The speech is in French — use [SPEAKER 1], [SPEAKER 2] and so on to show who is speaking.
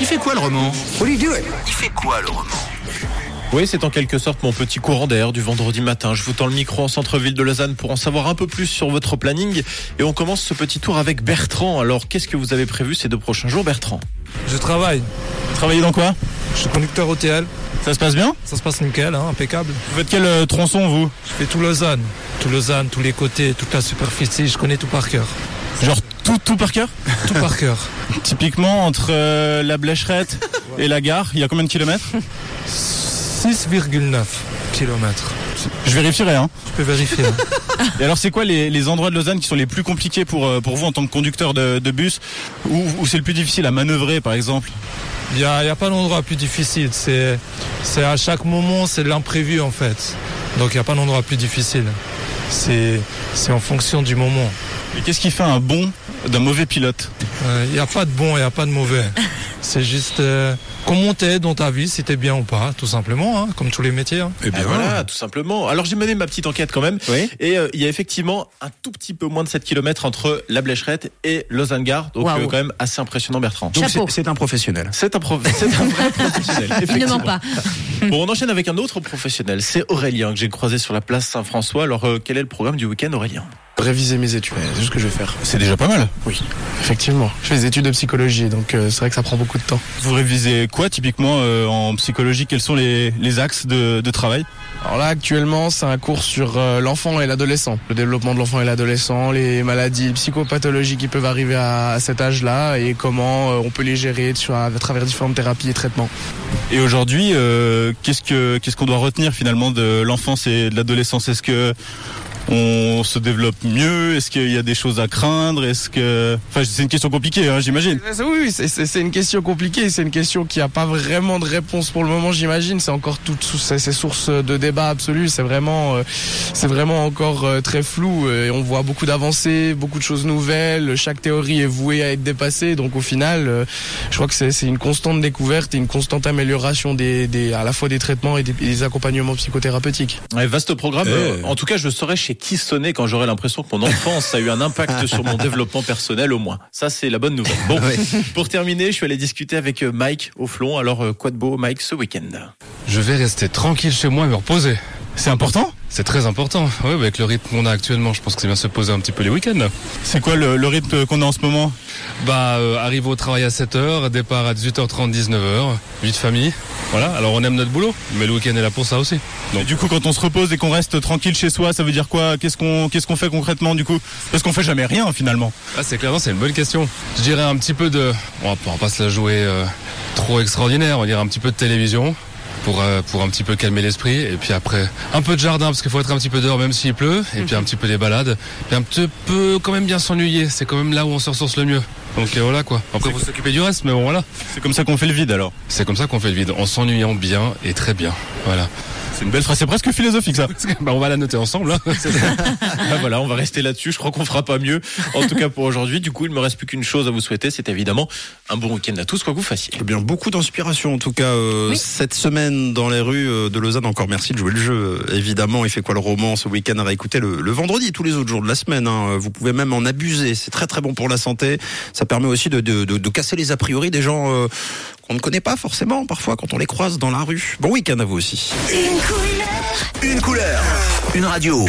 [SPEAKER 1] Il fait quoi le roman
[SPEAKER 2] What are you doing?
[SPEAKER 1] Il fait quoi le roman
[SPEAKER 3] Oui, c'est en quelque sorte mon petit courant d'air du vendredi matin. Je vous tends le micro en centre-ville de Lausanne pour en savoir un peu plus sur votre planning. Et on commence ce petit tour avec Bertrand. Alors, qu'est-ce que vous avez prévu ces deux prochains jours, Bertrand
[SPEAKER 4] Je travaille.
[SPEAKER 3] Travailler dans quoi
[SPEAKER 4] Je suis conducteur OTL.
[SPEAKER 3] Ça se passe bien
[SPEAKER 4] Ça se passe nickel, hein, impeccable.
[SPEAKER 3] Vous faites quel euh, tronçon, vous
[SPEAKER 4] Je fais tout Lausanne. Tout Lausanne, tous les côtés, toute la superficie. Je connais tout par cœur.
[SPEAKER 3] Genre tout, tout par cœur
[SPEAKER 4] Tout par cœur.
[SPEAKER 3] Typiquement, entre euh, la Blécherette et la gare, il y a combien de kilomètres
[SPEAKER 4] 6,9 km.
[SPEAKER 3] Je vérifierai. Hein.
[SPEAKER 4] Je peux vérifier. hein.
[SPEAKER 3] Et alors, c'est quoi les, les endroits de Lausanne qui sont les plus compliqués pour, euh, pour vous en tant que conducteur de, de bus Où, où c'est le plus difficile à manœuvrer, par exemple
[SPEAKER 4] Il n'y a, il y a pas d'endroit plus difficile. C'est c'est à chaque moment, c'est de l'imprévu en fait. Donc il n'y a pas d'endroit plus difficile. C'est c'est en fonction du moment.
[SPEAKER 3] Et qu'est-ce qui fait un bon d'un mauvais pilote
[SPEAKER 4] Euh, Il n'y a pas de bon, il n'y a pas de mauvais. C'est juste euh, comment t'es dans ta vie, si t'es bien ou pas, tout simplement, hein, comme tous les métiers. hein.
[SPEAKER 2] Eh bien,
[SPEAKER 3] Ah, voilà, tout simplement. Alors j'ai mené ma petite enquête quand même.
[SPEAKER 2] Oui.
[SPEAKER 3] Et euh, il y a effectivement un tout petit peu moins de 7 km entre la Blécherette et Lausanne-Gare. Donc
[SPEAKER 5] Waouh.
[SPEAKER 3] euh, quand même assez impressionnant Bertrand.
[SPEAKER 2] Donc,
[SPEAKER 5] Chapeau.
[SPEAKER 2] c'est- c'est un professionnel.
[SPEAKER 3] C'est un, prof- c'est un vrai professionnel.
[SPEAKER 5] Il ne
[SPEAKER 3] effectivement.
[SPEAKER 5] ment pas.
[SPEAKER 3] Bon, on enchaîne avec un autre professionnel. C'est Aurélien que j'ai croisé sur la place Saint-François. Alors euh, quel est le programme du week-end Aurélien
[SPEAKER 6] Réviser mes études, c'est juste ce que je vais faire.
[SPEAKER 3] C'est déjà pas mal.
[SPEAKER 6] Oui, effectivement. Je fais des études de psychologie, donc euh, c'est vrai que ça prend beaucoup de temps.
[SPEAKER 3] Vous révisez quoi typiquement euh, en psychologie Quels sont les, axes de, travail
[SPEAKER 6] Alors là, actuellement, c'est un cours sur euh, l'enfant et l'adolescent. Le développement de l'enfant et l'adolescent, les maladies, les psychopathologies qui peuvent arriver à, à cet âge-là et comment euh, on peut les gérer sur- à travers différentes thérapies et traitements.
[SPEAKER 3] Et aujourd'hui, euh, qu'est-ce que qu'est-ce qu'on doit retenir finalement de l'enfance et de l'adolescence Est-ce que on se développe mieux Est-ce qu'il y a des choses à craindre Est-ce que enfin c'est une question compliquée, hein, j'imagine.
[SPEAKER 6] Euh, Oui, oui, c'est- c'est c'est une question compliquée, c'est une question qui n'a pas vraiment de réponse pour le moment, j'imagine. C'est encore toute sous c'est c'est source de débat absolu. C'est vraiment, euh, c'est vraiment encore euh, très flou. euh, Et on voit beaucoup d'avancées, beaucoup de choses nouvelles. Chaque théorie est vouée à être dépassée. Donc au final, euh, je crois que c'est c'est une constante découverte et une constante amélioration des, des à la fois des traitements et des, et des accompagnements psychothérapeutiques.
[SPEAKER 3] Ouais, vaste programme.
[SPEAKER 2] Euh.
[SPEAKER 3] Euh, En tout cas, je saurais chez qui sonner quand j'aurai l'impression que mon enfance a eu un impact sur mon développement personnel au moins. Ça c'est la bonne nouvelle. Bon, pour terminer, je suis allé discuter avec euh, Mike au flon. Alors euh, quoi de beau, Mike, ce week-end
[SPEAKER 7] Je vais rester tranquille chez moi et me reposer.
[SPEAKER 3] C'est important.
[SPEAKER 7] C'est très important. Ouais, bah, avec le rythme qu'on a actuellement, je pense que c'est bien se poser un petit peu les week-ends.
[SPEAKER 3] C'est quoi le, le rythme qu'on a en ce moment
[SPEAKER 7] Bah, euh, arrive au travail à 7h, départ à 18h30, 19h, vie de famille. Voilà, alors on aime notre boulot, mais le week-end est là pour ça aussi.
[SPEAKER 3] Et du coup, quand on se repose et qu'on reste tranquille chez soi, ça veut dire quoi Qu'est-ce qu'on qu'est-ce qu'on fait concrètement du coup Parce qu'on fait jamais rien finalement.
[SPEAKER 7] Ah, c'est clairement, c'est une bonne question. Je dirais un petit peu de... On va, on va pas se la jouer euh, trop extraordinaire, on va dire un petit peu de télévision. Pour, euh, pour un petit peu calmer l'esprit et puis après un peu de jardin parce qu'il faut être un petit peu dehors même s'il pleut et puis un petit peu des balades et un petit peu quand même bien s'ennuyer c'est quand même là où on se ressource le mieux donc euh, voilà quoi après faut s'occuper du reste mais bon voilà
[SPEAKER 3] C'est comme ça qu'on fait le vide alors.
[SPEAKER 7] c'est comme ça qu'on fait le vide en s'ennuyant bien et très bien voilà
[SPEAKER 3] C'est une belle phrase, c'est presque philosophique ça.
[SPEAKER 7] bah, on va la noter ensemble hein.
[SPEAKER 3] Ah, voilà, on va rester là-dessus, je crois qu'on fera pas mieux. En tout cas pour aujourd'hui, du coup, il me reste plus qu'une chose à vous souhaiter, c'est évidemment un bon week-end à tous, quoi que vous fassiez.
[SPEAKER 1] Eh bien, beaucoup d'inspiration en tout cas euh,
[SPEAKER 5] Oui.
[SPEAKER 1] cette semaine dans les rues euh, de Lausanne. Encore merci de jouer le jeu. Euh, Évidemment, il fait quoi le roman ce week-end à réécouter le, le vendredi, tous les autres jours de la semaine. hein. Vous pouvez même en abuser. C'est très très bon pour la santé. Ça permet aussi de, de- de- de casser les a priori des gens euh, qu'on ne connaît pas forcément parfois quand on les croise dans la rue. Bon week-end à vous aussi.
[SPEAKER 8] Une couleur,
[SPEAKER 1] Une couleur, une radio.